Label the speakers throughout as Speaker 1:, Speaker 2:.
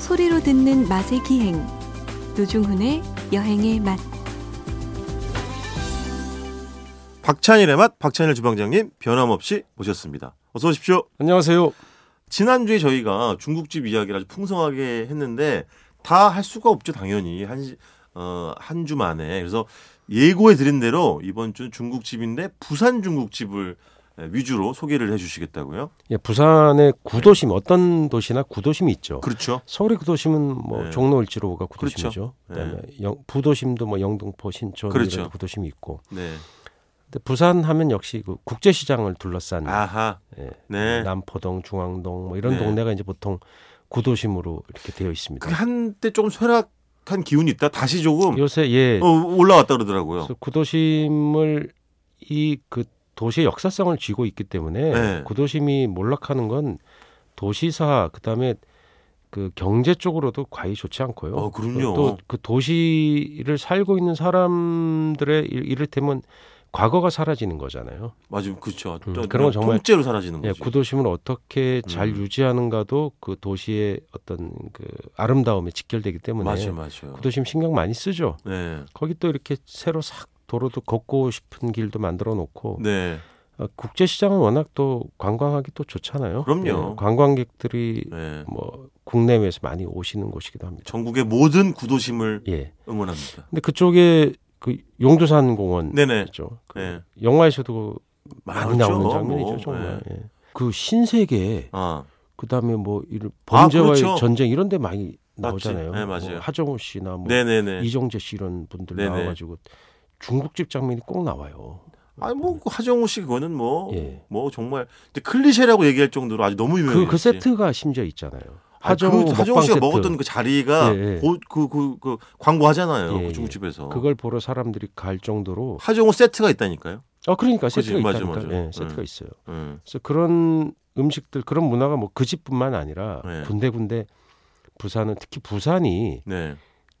Speaker 1: 소리로 듣는 맛의 기행 노중훈의 여행의 맛
Speaker 2: 박찬일의 맛 박찬일 주방장님 변함없이 모셨습니다. 어서 오십시오.
Speaker 3: 안녕하세요.
Speaker 2: 지난주에 저희가 중국집 이야기를 아주 풍성하게 했는데 다 할 수가 없죠 당연히 한 어, 한 주 만에 그래서 예고해 드린 대로 이번 주 중국집인데 부산 중국집을 위주로 소개를 해주시겠다고요?
Speaker 3: 예, 부산의 구도심 어떤 도시나 구도심이 있죠.
Speaker 2: 그렇죠.
Speaker 3: 서울의 구도심은 뭐
Speaker 2: 네.
Speaker 3: 종로 일지로가 구도심이죠.
Speaker 2: 네.
Speaker 3: 그다음에 영, 부도심도 뭐 영등포 신촌
Speaker 2: 그렇죠.
Speaker 3: 이런 구도심이 있고.
Speaker 2: 네.
Speaker 3: 근데 부산 하면 역시 그 국제시장을 둘러싼
Speaker 2: 아하.
Speaker 3: 예,
Speaker 2: 네.
Speaker 3: 남포동, 중앙동 뭐 이런
Speaker 2: 네.
Speaker 3: 동네가 이제 보통 구도심으로 이렇게 되어 있습니다.
Speaker 2: 그 한때 조금 쇠락한 기운이 있다. 다시 조금
Speaker 3: 요새 예,
Speaker 2: 어, 올라왔다 그러더라고요.
Speaker 3: 그래서 구도심을 이 그 도시의 역사성을 쥐고 있기 때문에
Speaker 2: 네.
Speaker 3: 구도심이 몰락하는 건 도시사 그다음에 그 경제 쪽으로도 과히 좋지 않고요.
Speaker 2: 어, 그럼요.
Speaker 3: 또 그 도시를 살고 있는 사람들의 이- 이를테면 과거가 사라지는 거잖아요.
Speaker 2: 맞아요. 그렇죠.
Speaker 3: 음,
Speaker 2: 또
Speaker 3: 그런 건 정말-
Speaker 2: 통째로 사라지는
Speaker 3: 예,
Speaker 2: 거죠.
Speaker 3: 구도심을 어떻게 잘
Speaker 2: 음.
Speaker 3: 유지하는가도 그 도시의 어떤 그 아름다움에 직결되기 때문에
Speaker 2: 맞아요, 맞아요.
Speaker 3: 구도심 신경 많이 쓰죠.
Speaker 2: 네,
Speaker 3: 거기 또 이렇게 새로 싹 도로도 걷고 싶은 길도 만들어 놓고
Speaker 2: 네,
Speaker 3: 어, 국제시장은 워낙 또 관광하기 또 좋잖아요.
Speaker 2: 그럼요.
Speaker 3: 예, 관광객들이
Speaker 2: 네.
Speaker 3: 뭐 국내외에서 많이 오시는 곳이기도 합니다.
Speaker 2: 전국의 모든 구도심을
Speaker 3: 예.
Speaker 2: 응원합니다.
Speaker 3: 근데 그쪽에 그 용두산 공원
Speaker 2: 네네.
Speaker 3: 있죠. 그
Speaker 2: 네.
Speaker 3: 영화에서도 많이
Speaker 2: 많았죠,
Speaker 3: 나오는 장면이죠,
Speaker 2: 뭐.
Speaker 3: 정말.
Speaker 2: 네.
Speaker 3: 예. 그 신세계
Speaker 2: 아,
Speaker 3: 그다음에 뭐 이런
Speaker 2: 아,
Speaker 3: 범죄와의
Speaker 2: 그렇죠.
Speaker 3: 전쟁 이런 데 많이
Speaker 2: 맞지.
Speaker 3: 나오잖아요.
Speaker 2: 네, 맞아요.
Speaker 3: 뭐 하정우 씨나 뭐
Speaker 2: 네네네.
Speaker 3: 이정재 씨 이런 분들
Speaker 2: 네네.
Speaker 3: 나와 가지고 중국집 장면이 꼭 나와요.
Speaker 2: 아니 뭐그 하정우 씨 그거는 뭐 뭐
Speaker 3: 예.
Speaker 2: 정말 근데 클리셰라고 얘기할 정도로 아주 너무 유명해요.
Speaker 3: 그, 그 세트가 심지어 있잖아요.
Speaker 2: 하정우, 네,
Speaker 3: 하정우
Speaker 2: 예. 그,
Speaker 3: 먹방
Speaker 2: 하정우 씨가
Speaker 3: 세트.
Speaker 2: 먹었던 그 자리가
Speaker 3: 예, 예.
Speaker 2: 고- 그, 그, 그 광고하잖아요.
Speaker 3: 예,
Speaker 2: 그
Speaker 3: 예.
Speaker 2: 중국집에서.
Speaker 3: 그걸 보러 사람들이 갈 정도로
Speaker 2: 하정우 세트가 있다니까요.
Speaker 3: 아 그러니까
Speaker 2: 그치,
Speaker 3: 세트가
Speaker 2: 맞아,
Speaker 3: 있다니까
Speaker 2: 맞아.
Speaker 3: 예, 세트가
Speaker 2: 음.
Speaker 3: 있어요.
Speaker 2: 음.
Speaker 3: 그래서 그런 음식들 그런 문화가 뭐 그 집뿐만 아니라
Speaker 2: 네.
Speaker 3: 군데군데 부산은 특히 부산이
Speaker 2: 네.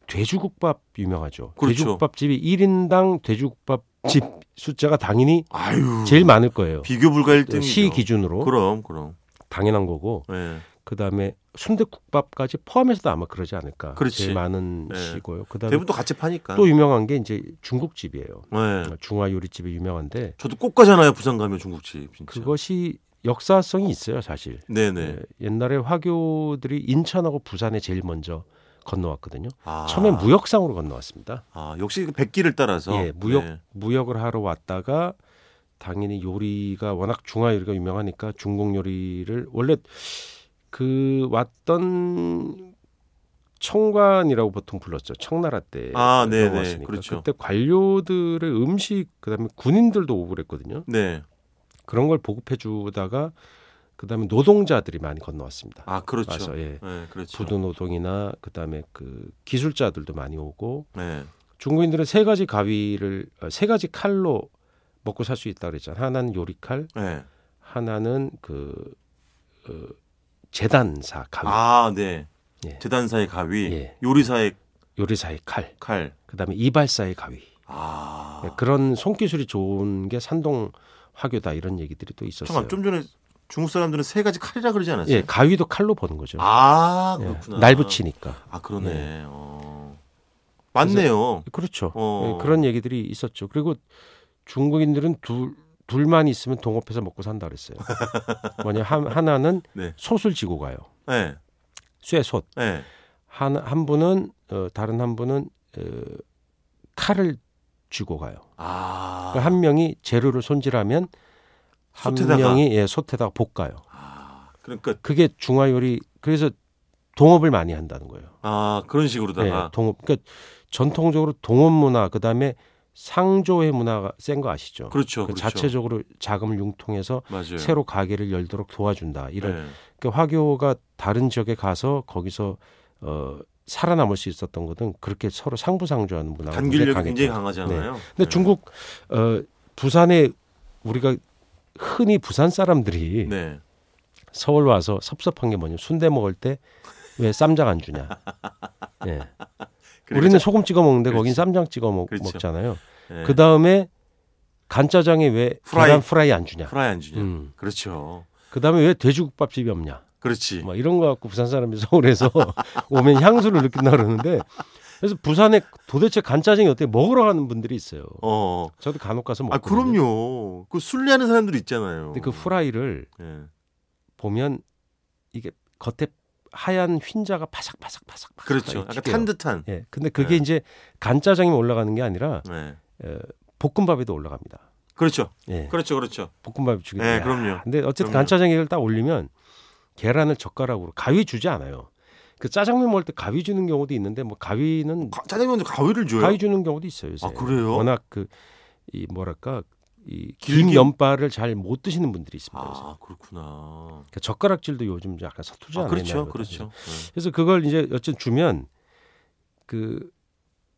Speaker 3: 돼지국밥 유명하죠.
Speaker 2: 그렇죠.
Speaker 3: 돼지국밥집이 1인당 돼지국밥집 숫자가 당연히
Speaker 2: 아유.
Speaker 3: 제일 많을 거예요.
Speaker 2: 음. 비교 불가 1등이죠.
Speaker 3: 시 기준으로
Speaker 2: 그럼 그럼.
Speaker 3: 당연한 거고
Speaker 2: 예.
Speaker 3: 그다음에 순대국밥까지 포함해서도 아마 그러지 않을까.
Speaker 2: 그렇지.
Speaker 3: 제일 많은
Speaker 2: 네.
Speaker 3: 시고요. 그다음에
Speaker 2: 대부분 또 같이 파니까.
Speaker 3: 또 유명한 게 이제 중국집이에요. 그러니까
Speaker 2: 예.
Speaker 3: 중화 요리집이 유명한데
Speaker 2: 저도 꼭 가잖아요. 부산 가면 중국집 진짜.
Speaker 3: 그것이 역사성이 있어요, 사실.
Speaker 2: 그렇죠. 네네.
Speaker 3: 예, 옛날에 화교들이 인천하고 부산에 제일 먼저 건너왔거든요.
Speaker 2: 아.
Speaker 3: 처음엔 무역상으로 건너왔습니다.
Speaker 2: 아 역시 그 백기를 따라서.
Speaker 3: 예, 무역
Speaker 2: 네.
Speaker 3: 무역을 하러 왔다가 당연히 요리가 워낙 중화 요리가 유명하니까 중국 요리를 원래 그 왔던 청관이라고 보통 불렀죠. 청나라 때
Speaker 2: 아, 네네.
Speaker 3: 넘어왔으니까.
Speaker 2: 그렇죠.
Speaker 3: 그때 관료들의 음식 그다음에 군인들도 오고 그랬거든요.
Speaker 2: 네.
Speaker 3: 그런 걸 보급해 주다가 그다음에 노동자들이 많이 건너왔습니다.
Speaker 2: 아 그렇죠.
Speaker 3: 와서, 예.
Speaker 2: 예, 그렇죠.
Speaker 3: 부두 노동이나 그다음에 그 기술자들도 많이 오고
Speaker 2: 네.
Speaker 3: 중국인들은 세 가지 가위를 어, 세 가지 칼로 먹고 살 수 있다 그랬잖아요. 하나는 요리 칼,
Speaker 2: 네.
Speaker 3: 하나는 그 어, 재단사 가위,
Speaker 2: 아 네.
Speaker 3: 예.
Speaker 2: 재단사의 가위,
Speaker 3: 예.
Speaker 2: 요리사의
Speaker 3: 요리사의 칼,
Speaker 2: 칼.
Speaker 3: 그다음에 이발사의 가위.
Speaker 2: 아.
Speaker 3: 네, 그런 손기술이 좋은 게 산동 화교다 이런 얘기들이 또 있었어요.
Speaker 2: 잠깐 좀 전에 중국 사람들은 세 가지 칼이라 그러지 않았어요?
Speaker 3: 예, 가위도 칼로 보는 거죠.
Speaker 2: 아
Speaker 3: 예,
Speaker 2: 그렇구나.
Speaker 3: 날 붙이니까.
Speaker 2: 아 그러네.
Speaker 3: 예.
Speaker 2: 어. 맞네요.
Speaker 3: 그렇죠.
Speaker 2: 어.
Speaker 3: 예, 그런 얘기들이 있었죠. 그리고 중국인들은 둘 둘만 있으면 동업해서 먹고 산다 그랬어요. 뭐냐 한- 하나는
Speaker 2: 네.
Speaker 3: 솥을 지고 가요.
Speaker 2: 예.
Speaker 3: 쇠솥.
Speaker 2: 예.
Speaker 3: 한, 한 분은 어, 다른 한 분은 어, 칼을 쥐고 가요.
Speaker 2: 아.
Speaker 3: 그러니까 한 명이 재료를 손질하면 한
Speaker 2: 솥에다가?
Speaker 3: 명이 예, 솥에다가 볶아요.
Speaker 2: 아, 그러니까
Speaker 3: 그게 중화 요리. 그래서 동업을 많이 한다는 거예요.
Speaker 2: 아 그런
Speaker 3: 예,
Speaker 2: 식으로다가
Speaker 3: 동업. 그러니까 전통적으로 동업 문화 그다음에 상조의 문화가 센 거 아시죠?
Speaker 2: 그렇죠.
Speaker 3: 그
Speaker 2: 그렇죠. 예.
Speaker 3: 자체적으로 자금을 융통해서
Speaker 2: 맞아요.
Speaker 3: 새로 가게를 열도록 도와준다. 이런
Speaker 2: 예.
Speaker 3: 그 화교가 다른 지역에 가서 거기서 어, 살아남을 수 있었던 것은 그렇게 서로 상부상조하는 문화가
Speaker 2: 단결력이
Speaker 3: 강했죠.
Speaker 2: 굉장히 강하잖아요.
Speaker 3: 근데
Speaker 2: 네.
Speaker 3: 중국 어, 부산에 우리가 흔히 부산 사람들이
Speaker 2: 네.
Speaker 3: 서울 와서 섭섭한 게 뭐냐면 순대 먹을 때 왜 쌈장 안 주냐. 예. 우리는 소금 찍어 먹는데
Speaker 2: 그렇죠.
Speaker 3: 거긴
Speaker 2: 그렇지.
Speaker 3: 쌈장 찍어 먹,
Speaker 2: 그렇죠.
Speaker 3: 잖아요
Speaker 2: 네.
Speaker 3: 그 다음에 간짜장에 왜
Speaker 2: 프라이.
Speaker 3: 계란 프라이 안 주냐.
Speaker 2: 프라이 안 주냐.
Speaker 3: 음.
Speaker 2: 그렇죠.
Speaker 3: 그 다음에 왜 돼지국밥집이 없냐.
Speaker 2: 그렇지.
Speaker 3: 막 이런 거 갖고 부산 사람이 서울에서 오면 향수를 느낀다 그러는데 그래서 부산에 도대체 간짜장이 어떻게 먹으러 가는 분들이 있어요.
Speaker 2: 어. 어.
Speaker 3: 저도 간혹 가서 먹고.
Speaker 2: 아 그럼요. 그 순례하는 사람들 있잖아요.
Speaker 3: 뭐 근데 그 후라이를
Speaker 2: 예.
Speaker 3: 보면 이게 겉에 하얀 흰자가 바삭바삭 바삭.
Speaker 2: 그렇죠. 약간 탄 듯한.
Speaker 3: 예. 근데 그게
Speaker 2: 예.
Speaker 3: 이제 간짜장이 올라가는 게 아니라
Speaker 2: 예.
Speaker 3: 에, 볶음밥에도 올라갑니다.
Speaker 2: 그렇죠.
Speaker 3: 예.
Speaker 2: 그렇죠. 그렇죠.
Speaker 3: 볶음밥 주기.
Speaker 2: 예, 그럼요.
Speaker 3: 근데 어쨌든
Speaker 2: 그럼요.
Speaker 3: 간짜장이를 딱 올리면 계란을 젓가락으로 가위 주지 않아요. 그 짜장면 먹을 때 가위 주는 경우도 있는데 뭐 가위는
Speaker 2: 가- 짜장면도 가위를 줘요.
Speaker 3: 가위 주는 경우도 있어요. 요새.
Speaker 2: 아, 그래요?
Speaker 3: 워낙 그 이 뭐랄까 이
Speaker 2: 길긴-
Speaker 3: 김 연발을 잘 못 드시는 분들이 있습니다. 요새.
Speaker 2: 아 그렇구나.
Speaker 3: 그러니까 젓가락질도 요즘 약간 서투지
Speaker 2: 아,
Speaker 3: 않아요.
Speaker 2: 그렇죠.
Speaker 3: 옛날보다.
Speaker 2: 그렇죠. 예.
Speaker 3: 그래서 그걸 이제 여튼 주면 그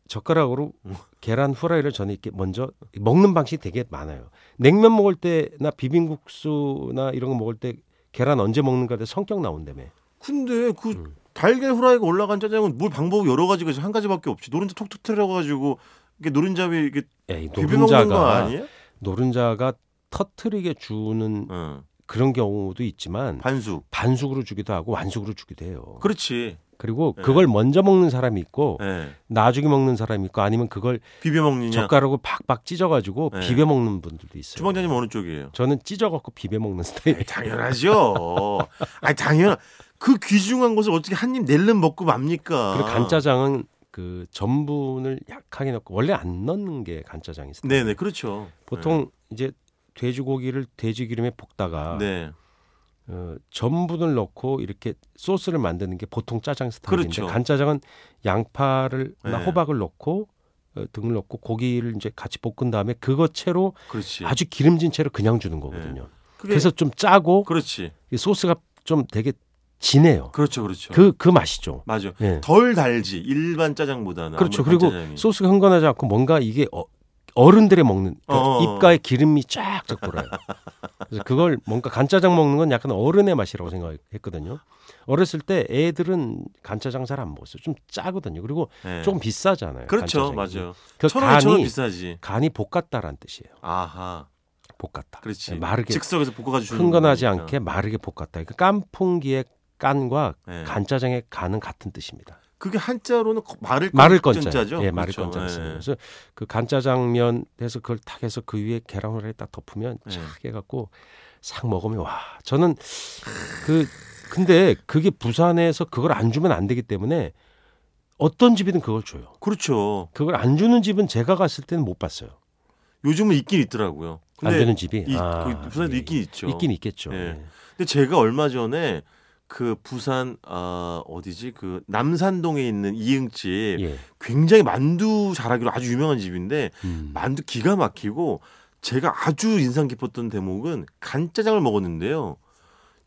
Speaker 3: 젓가락으로
Speaker 2: 음.
Speaker 3: 계란 후라이를 저는 이렇게 먼저 먹는 방식이 되게 많아요. 냉면 먹을 때나 비빔국수나 이런 거 먹을 때 계란 언제 먹는가에 대해 성격 나온다며.
Speaker 2: 근데 그
Speaker 3: 음.
Speaker 2: 달걀 후라이가 올라간 짜장은 뭘 방법이 여러 가지가 있어요. 한 가지밖에 없지. 노른자 톡톡 틀어 가지고 이게 노른자에 이게
Speaker 3: 에이,
Speaker 2: 비벼 먹는 거
Speaker 3: 노른자가
Speaker 2: 아니에요?
Speaker 3: 노른자가 터트리게 주는
Speaker 2: 응.
Speaker 3: 그런 경우도 있지만
Speaker 2: 어. 반숙.
Speaker 3: 반숙으로 주기도 하고 완숙으로 주기도 해요.
Speaker 2: 그렇지.
Speaker 3: 그리고
Speaker 2: 네.
Speaker 3: 그걸 먼저 먹는 사람이 있고
Speaker 2: 예.
Speaker 3: 나중에 먹는 사람이 있고 아니면 그걸
Speaker 2: 비벼 먹느냐.
Speaker 3: 젓가락으로 박박 찢어가지고
Speaker 2: 네.
Speaker 3: 비벼 먹는 분들도 있어요.
Speaker 2: 주방장님 어느 쪽이에요?
Speaker 3: 저는 찢어갖고 비벼 먹는 스타일.
Speaker 2: 당연하죠. 아 당연. 그 귀중한 것을 어떻게 한 입 낼름 먹고 맙니까?
Speaker 3: 그리고 간짜장은 그 전분을 약하게 넣고 원래 안 넣는 게 간짜장이 스타일.
Speaker 2: 네네 그렇죠.
Speaker 3: 보통 이제 돼지고기를 돼지기름에 볶다가
Speaker 2: 네.
Speaker 3: 어, 전분을 넣고 이렇게 소스를 만드는 게 보통 짜장 스타일인데
Speaker 2: 그렇죠.
Speaker 3: 간짜장은 양파를 나
Speaker 2: 네.
Speaker 3: 호박을 넣고 어, 등을 넣고 고기를 이제 같이 볶은 다음에 그거 채로
Speaker 2: 그렇지. 네.
Speaker 3: 아주 기름진 채로 그냥 주는 거거든요.
Speaker 2: 그게-
Speaker 3: 그래서 좀 짜고
Speaker 2: 그렇지.
Speaker 3: 이 소스가 좀 되게 진해요.
Speaker 2: 그렇죠. 그렇죠.
Speaker 3: 그 그 맛이죠.
Speaker 2: 맞아.
Speaker 3: 예.
Speaker 2: 덜 달지 일반 짜장보다는
Speaker 3: 그렇죠.
Speaker 2: 아무래도
Speaker 3: 그리고
Speaker 2: 간짜장이.
Speaker 3: 소스가 흥건하지 않고 뭔가 이게 어, 어른들이 먹는 그러니까
Speaker 2: 어어.
Speaker 3: 입가에 기름이 쫙쫙 돌아요. 그래서 그걸 뭔가 간짜장 먹는 건 약간 어른의 맛이라고 생각했거든요. 어렸을 때 애들은 간짜장 잘 안 먹었어요. 좀 짜거든요. 그리고
Speaker 2: 예.
Speaker 3: 조금 비싸잖아요.
Speaker 2: 그렇죠.
Speaker 3: 간짜장이.
Speaker 2: 맞아요.
Speaker 3: 그
Speaker 2: 천 원, 이천 원
Speaker 3: 간이
Speaker 2: 비싸지.
Speaker 3: 간이 볶았다라는 뜻이에요.
Speaker 2: 아하.
Speaker 3: 볶았다. 네,
Speaker 2: 그렇지.
Speaker 3: 예, 마르게
Speaker 2: 즉석에서 볶아가지고 주는
Speaker 3: 흥건하지
Speaker 2: 거니까.
Speaker 3: 않게 마르게 볶았다. 그 깐풍기의 깐과
Speaker 2: 예.
Speaker 3: 간짜장의 간은 같은 뜻입니다.
Speaker 2: 그게 한자로는 거- 마를
Speaker 3: 마를
Speaker 2: 건짜죠.
Speaker 3: 건짜. 예, 마를
Speaker 2: 그 그렇죠.
Speaker 3: 건짜. 씁니다.
Speaker 2: 예.
Speaker 3: 그래서 그 간짜장면 해서 그걸 탁 해서 그 위에 계란 후라이 딱 덮으면
Speaker 2: 예.
Speaker 3: 착 해갖고 싹 먹으면 와. 저는 그 근데 그게 부산에서 그걸 안 주면 안 되기 때문에 어떤 집이든 그걸 줘요.
Speaker 2: 그렇죠.
Speaker 3: 그걸 안 주는 집은 제가 갔을 때는 못 봤어요.
Speaker 2: 요즘은 있긴 있더라고요.
Speaker 3: 안
Speaker 2: 근데
Speaker 3: 주는 집이
Speaker 2: 이-
Speaker 3: 아,
Speaker 2: 그 부산에도
Speaker 3: 예,
Speaker 2: 있긴 있죠.
Speaker 3: 있긴 있겠죠.
Speaker 2: 예.
Speaker 3: 예.
Speaker 2: 근데 제가 얼마 전에 그 부산 아 어디지 그 남산동에 있는 이응집
Speaker 3: 예.
Speaker 2: 굉장히 만두 잘하기로 아주 유명한 집인데
Speaker 3: 음.
Speaker 2: 만두 기가 막히고 제가 아주 인상 깊었던 대목은 간짜장을 먹었는데요.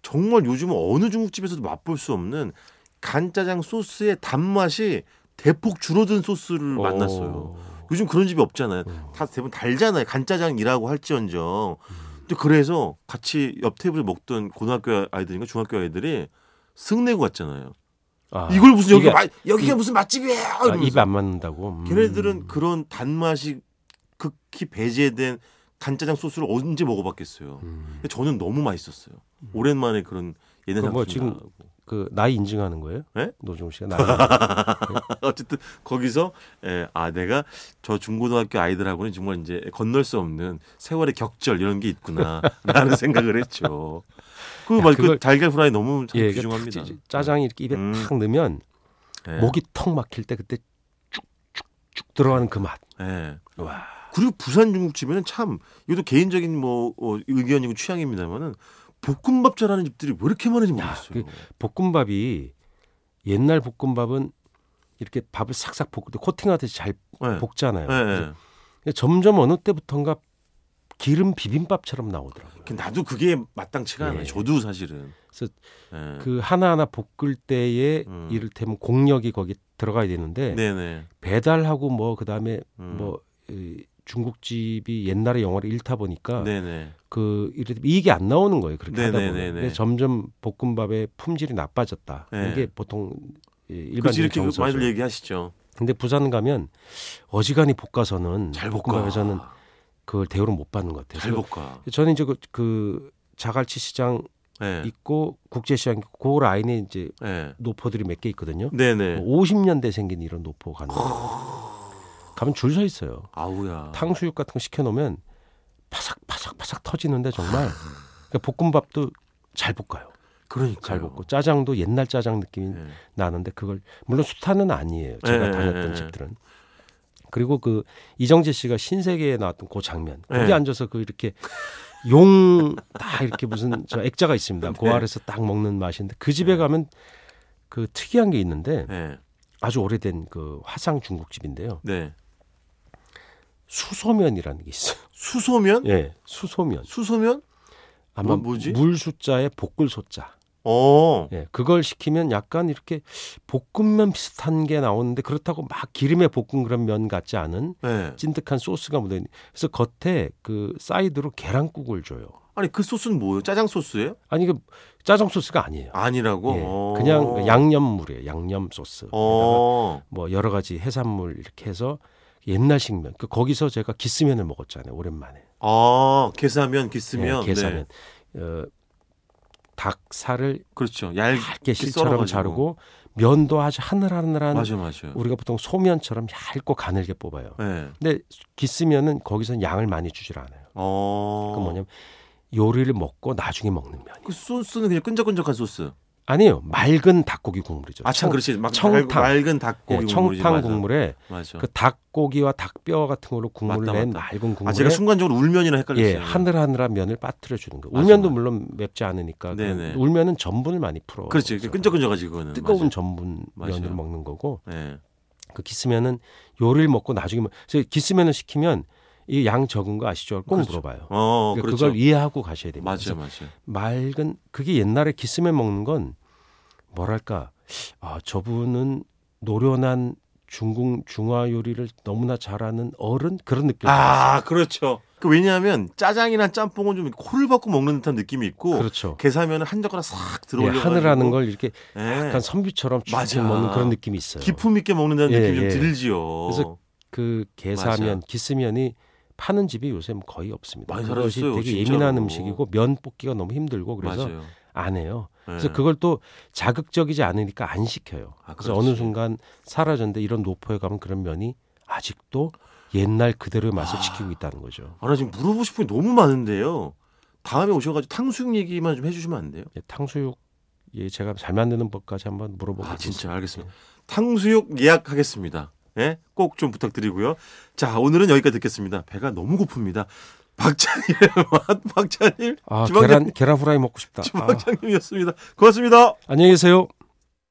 Speaker 2: 정말 요즘 은 어느 중국집에서도 맛볼 수 없는 간짜장 소스의 단맛이 대폭 줄어든 소스를 만났어요.
Speaker 3: 오.
Speaker 2: 요즘 그런 집이 없잖아요.
Speaker 3: 음.
Speaker 2: 다 대부분 달잖아요. 간짜장이라고 할지언정. 근데 그래서 같이 옆 테이블에 먹던 고등학교 아이들인가 중학교 아이들이 승내고 갔잖아요.
Speaker 3: 아,
Speaker 2: 이걸 무슨 여기
Speaker 3: 이게-
Speaker 2: 가 여기가
Speaker 3: 이-
Speaker 2: 무슨 맛집이야?
Speaker 3: 아,
Speaker 2: 이러면서.
Speaker 3: 입에 안 맞는다고. 음.
Speaker 2: 걔네들은 그런 단맛이 극히 배제된 간짜장 소스를 언제 먹어봤겠어요.
Speaker 3: 음.
Speaker 2: 근데 저는 너무 맛있었어요. 오랜만에 그런 예능
Speaker 3: 그럼 뭐
Speaker 2: 작품
Speaker 3: 지금-
Speaker 2: 나가고.
Speaker 3: 그 나이 인증하는 거예요?
Speaker 2: 예?
Speaker 3: 노종 씨가 나이 인증.
Speaker 2: 어쨌든 거기서 예, 아 내가 저 중고등학교 아이들하고는 정말 이제 건널 수 없는 세월의 격절 이런 게 있구나라는 생각을 했죠. 그,
Speaker 3: 야,
Speaker 2: 막, 그
Speaker 3: 그걸-
Speaker 2: 달걀 후라이 너무 참
Speaker 3: 예, 이게
Speaker 2: 귀중합니다.
Speaker 3: 탁 찌- 짜장이 이렇게 입에
Speaker 2: 음.
Speaker 3: 탁 넣으면
Speaker 2: 예,
Speaker 3: 목이 턱 막힐 때 그때 쭉쭉쭉 들어가는 그 맛.
Speaker 2: 예.
Speaker 3: 와.
Speaker 2: 그리고 부산 중국집에는 참 이것도 개인적인 뭐 어, 의견이고 취향입니다만은 볶음밥 잘하는 집들이 왜 이렇게 많은지 모르겠어요.
Speaker 3: 그- 볶음밥이 옛날 볶음밥은 이렇게 밥을 싹싹 볶을 때 코팅하듯이 잘
Speaker 2: 네.
Speaker 3: 그 볶잖아요.
Speaker 2: 예,
Speaker 3: 그래서
Speaker 2: 예.
Speaker 3: 점점 어느 때부턴가 기름 비빔밥처럼 나오더라고요.
Speaker 2: 그 나도 그게 마땅치가 않아요.
Speaker 3: 예.
Speaker 2: 저도 사실은.
Speaker 3: 그래서
Speaker 2: 예.
Speaker 3: 그 하나하나 볶을 때에
Speaker 2: 음.
Speaker 3: 이를테면 공력이 거기 들어가야 되는데
Speaker 2: 네네.
Speaker 3: 배달하고 뭐 그다음에
Speaker 2: 음.
Speaker 3: 뭐 이, 중국집이 옛날에 영화를 읽다 보니까
Speaker 2: 네네.
Speaker 3: 그 이래 이익이 안 나오는 거예요. 그렇게 하다 보면
Speaker 2: 네네네네.
Speaker 3: 근데 점점 볶음밥의 품질이 나빠졌다.
Speaker 2: 네.
Speaker 3: 이게 보통 이
Speaker 2: 그렇지
Speaker 3: 일반적인
Speaker 2: 이렇게 그 많이들
Speaker 3: 정서죠.
Speaker 2: 얘기하시죠.
Speaker 3: 근데 부산 가면 어지간히 볶아서는
Speaker 2: 잘 볶아.
Speaker 3: 볶음밥에서는 그걸 대우를 못 받는 것 같아요.
Speaker 2: 잘 볶아.
Speaker 3: 저는 이제 그, 그 자갈치 시장
Speaker 2: 네.
Speaker 3: 있고 국제시장 그 라인에 이제
Speaker 2: 네.
Speaker 3: 노포들이 몇 개 있거든요.
Speaker 2: 네네.
Speaker 3: 뭐 50년대 생긴 이런 노포가 가면 줄 서 있어요.
Speaker 2: 아우야.
Speaker 3: 탕수육 같은 거 시켜놓으면 바삭 바삭 바삭 터지는데 정말
Speaker 2: 아.
Speaker 3: 그러니까 볶음밥도 잘 볶아요.
Speaker 2: 그러니까
Speaker 3: 잘 볶고 짜장도 옛날 짜장 느낌이
Speaker 2: 네.
Speaker 3: 나는데 그걸 물론 수타는 아니에요. 제가
Speaker 2: 예,
Speaker 3: 다녔던
Speaker 2: 예, 예.
Speaker 3: 집들은. 그리고 그 이정재 씨가 신세계에 나왔던 그 장면 거기
Speaker 2: 예.
Speaker 3: 앉아서 그 이렇게 용 다 이렇게 무슨 저 액자가 있습니다. 그
Speaker 2: 네.
Speaker 3: 아래서 딱 먹는 맛인데 그 집에 가면 그 특이한 게 있는데
Speaker 2: 네.
Speaker 3: 아주 오래된 그 화상 중국집인데요.
Speaker 2: 네.
Speaker 3: 수소면이라는 게 있어요.
Speaker 2: 수소면?
Speaker 3: 예, 수소면.
Speaker 2: 수소면?
Speaker 3: 아마
Speaker 2: 뭐- 뭐지?
Speaker 3: 물 숫자에 볶을 소자.
Speaker 2: 어.
Speaker 3: 예, 그걸 시키면 약간 이렇게 볶음면 비슷한 게 나오는데 그렇다고 막 기름에 볶은 그런 면 같지 않은
Speaker 2: 네.
Speaker 3: 찐득한 소스가 묻어 있는. 그래서 겉에 그 사이드로 계란국을 줘요.
Speaker 2: 아니 그 소스는 뭐예요? 짜장 소스예요?
Speaker 3: 아니 그 짜장 소스가 아니에요.
Speaker 2: 아니라고.
Speaker 3: 예,
Speaker 2: 어.
Speaker 3: 그냥 양념물이에요. 양념 소스.
Speaker 2: 어.
Speaker 3: 뭐 여러 가지 해산물 이렇게 해서 옛날 식면. 그 거기서 제가 기스면을 먹었잖아요. 오랜만에.
Speaker 2: 아 게사면 기스면.
Speaker 3: 예, 계산은
Speaker 2: 네.
Speaker 3: 어, 닭살을
Speaker 2: 그렇죠. 얇게
Speaker 3: 얇게 실처럼
Speaker 2: 썰어가지고.
Speaker 3: 자르고 면도 아주 하늘하늘한
Speaker 2: 맞아요, 맞아요.
Speaker 3: 우리가 보통 소면처럼 얇고 가늘게 뽑아요.
Speaker 2: 네.
Speaker 3: 근데 기스면은 거기선 양을 많이 주질 않아요.
Speaker 2: 어.
Speaker 3: 그 뭐냐면 요리를 먹고 나중에 먹는 면이
Speaker 2: 그 소스는 그냥 끈적끈적한 소스.
Speaker 3: 아니에요. 맑은 닭고기 국물이죠.
Speaker 2: 아참 그렇지. 막
Speaker 3: 청탕.
Speaker 2: 달- 맑은 닭고기
Speaker 3: 예,
Speaker 2: 국물이지,
Speaker 3: 청탕
Speaker 2: 맞아.
Speaker 3: 국물에
Speaker 2: 맞아.
Speaker 3: 그 닭고기와 닭뼈 같은 걸로 국물을
Speaker 2: 맞다,
Speaker 3: 낸
Speaker 2: 맞다.
Speaker 3: 맑은 국물에
Speaker 2: 아 제가 순간적으로 울면이라 헷갈렸어요.
Speaker 3: 예, 하늘하늘한 면을 빠뜨려 주는 거예요.
Speaker 2: 맞아,
Speaker 3: 울면도
Speaker 2: 맞아.
Speaker 3: 물론 맵지 않으니까 그
Speaker 2: 네네.
Speaker 3: 울면은 전분을 많이 풀어.
Speaker 2: 그렇지. 그 끈적끈적하지 그거는.
Speaker 3: 뜨거운 전분
Speaker 2: 맞아요.
Speaker 3: 면을 먹는 거고
Speaker 2: 맞아. 예.
Speaker 3: 그 기스면은 요리를 먹고 나중에 먹- 그래서 기스면을 시키면 이 양 적은 거 아시죠? 꼭
Speaker 2: 그렇죠.
Speaker 3: 물어봐요.
Speaker 2: 어,
Speaker 3: 그러니까
Speaker 2: 그렇죠.
Speaker 3: 그걸 이해하고 가셔야 됩니다.
Speaker 2: 맞아요,
Speaker 3: 그래서
Speaker 2: 맞아요.
Speaker 3: 맑은 그게 옛날에 기스면 먹는 건 뭐랄까 아, 저분은 노련한 중국 중화 요리를 너무나 잘하는 어른 그런 느낌.
Speaker 2: 아, 그렇죠. 그 왜냐하면 짜장이나 짬뽕은 좀 코를 박고 먹는 듯한 느낌이 있고
Speaker 3: 그렇죠.
Speaker 2: 게사면은 한 젓가락 싹
Speaker 3: 예,
Speaker 2: 들어올려
Speaker 3: 하늘하는 걸 이렇게 약간
Speaker 2: 약간
Speaker 3: 선비처럼 쭉
Speaker 2: 네. 맞아.
Speaker 3: 먹는 그런 느낌이 있어요.
Speaker 2: 기품 있게 먹는다는
Speaker 3: 예,
Speaker 2: 느낌이
Speaker 3: 예.
Speaker 2: 좀 들지요.
Speaker 3: 그래서 그 게사면, 기스면이 파는 집이 요새 뭐 거의 없습니다.
Speaker 2: 많이
Speaker 3: 그것이
Speaker 2: 사라졌어요,
Speaker 3: 되게
Speaker 2: 진짜로.
Speaker 3: 예민한 음식이고 면 뽑기가 너무 힘들고 그래서
Speaker 2: 맞아요.
Speaker 3: 안 해요. 그래서
Speaker 2: 예.
Speaker 3: 그걸 또 자극적이지 않으니까 안 시켜요.
Speaker 2: 아, 그렇지.
Speaker 3: 그래서 어느 순간 사라졌는데 이런 노포에 가면 그런 면이 아직도 옛날 그대로의 맛을 지키고 있다는 거죠.
Speaker 2: 아, 나 지금 물어보고 싶은 게 너무 많은데요. 다음에 오셔가지고 탕수육 얘기만 좀 해주시면 안 돼요?
Speaker 3: 예, 탕수육 예, 제가 잘 만드는 법까지 한번 물어보겠습니다.
Speaker 2: 아, 진짜 알겠습니다. 탕수육 예약하겠습니다. 예, 꼭 좀 부탁드리고요. 자, 오늘은 여기까지 듣겠습니다. 배가 너무 고픕니다. 박찬일의 맛, 박찬일
Speaker 3: 아,
Speaker 2: 주방장-
Speaker 3: 계란 계란 후라이 먹고 싶다. 아,
Speaker 2: 주방장님이었습니다. 고맙습니다.
Speaker 3: 안녕히 계세요.